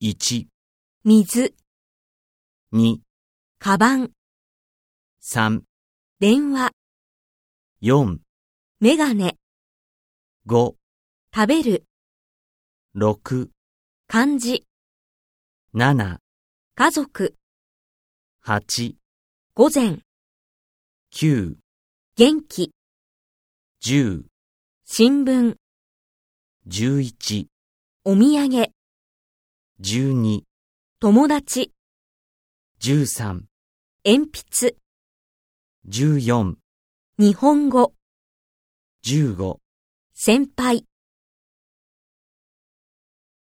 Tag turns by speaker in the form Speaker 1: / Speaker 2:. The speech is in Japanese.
Speaker 1: 1、
Speaker 2: 水、
Speaker 1: 2、
Speaker 2: カバン、
Speaker 1: 3、
Speaker 2: 電話、
Speaker 1: 4、
Speaker 2: メガネ、
Speaker 1: 5、
Speaker 2: 食べる、
Speaker 1: 6、
Speaker 2: 漢字、
Speaker 1: 7、
Speaker 2: 家族、
Speaker 1: 8、
Speaker 2: 午前、
Speaker 1: 9、
Speaker 2: 元気、
Speaker 1: 10、
Speaker 2: 新聞、
Speaker 1: 11、
Speaker 2: お土産、
Speaker 1: 12、
Speaker 2: 友達、
Speaker 1: 13、
Speaker 2: 鉛筆、
Speaker 1: 14、
Speaker 2: 日本語、
Speaker 1: 15
Speaker 2: 先輩。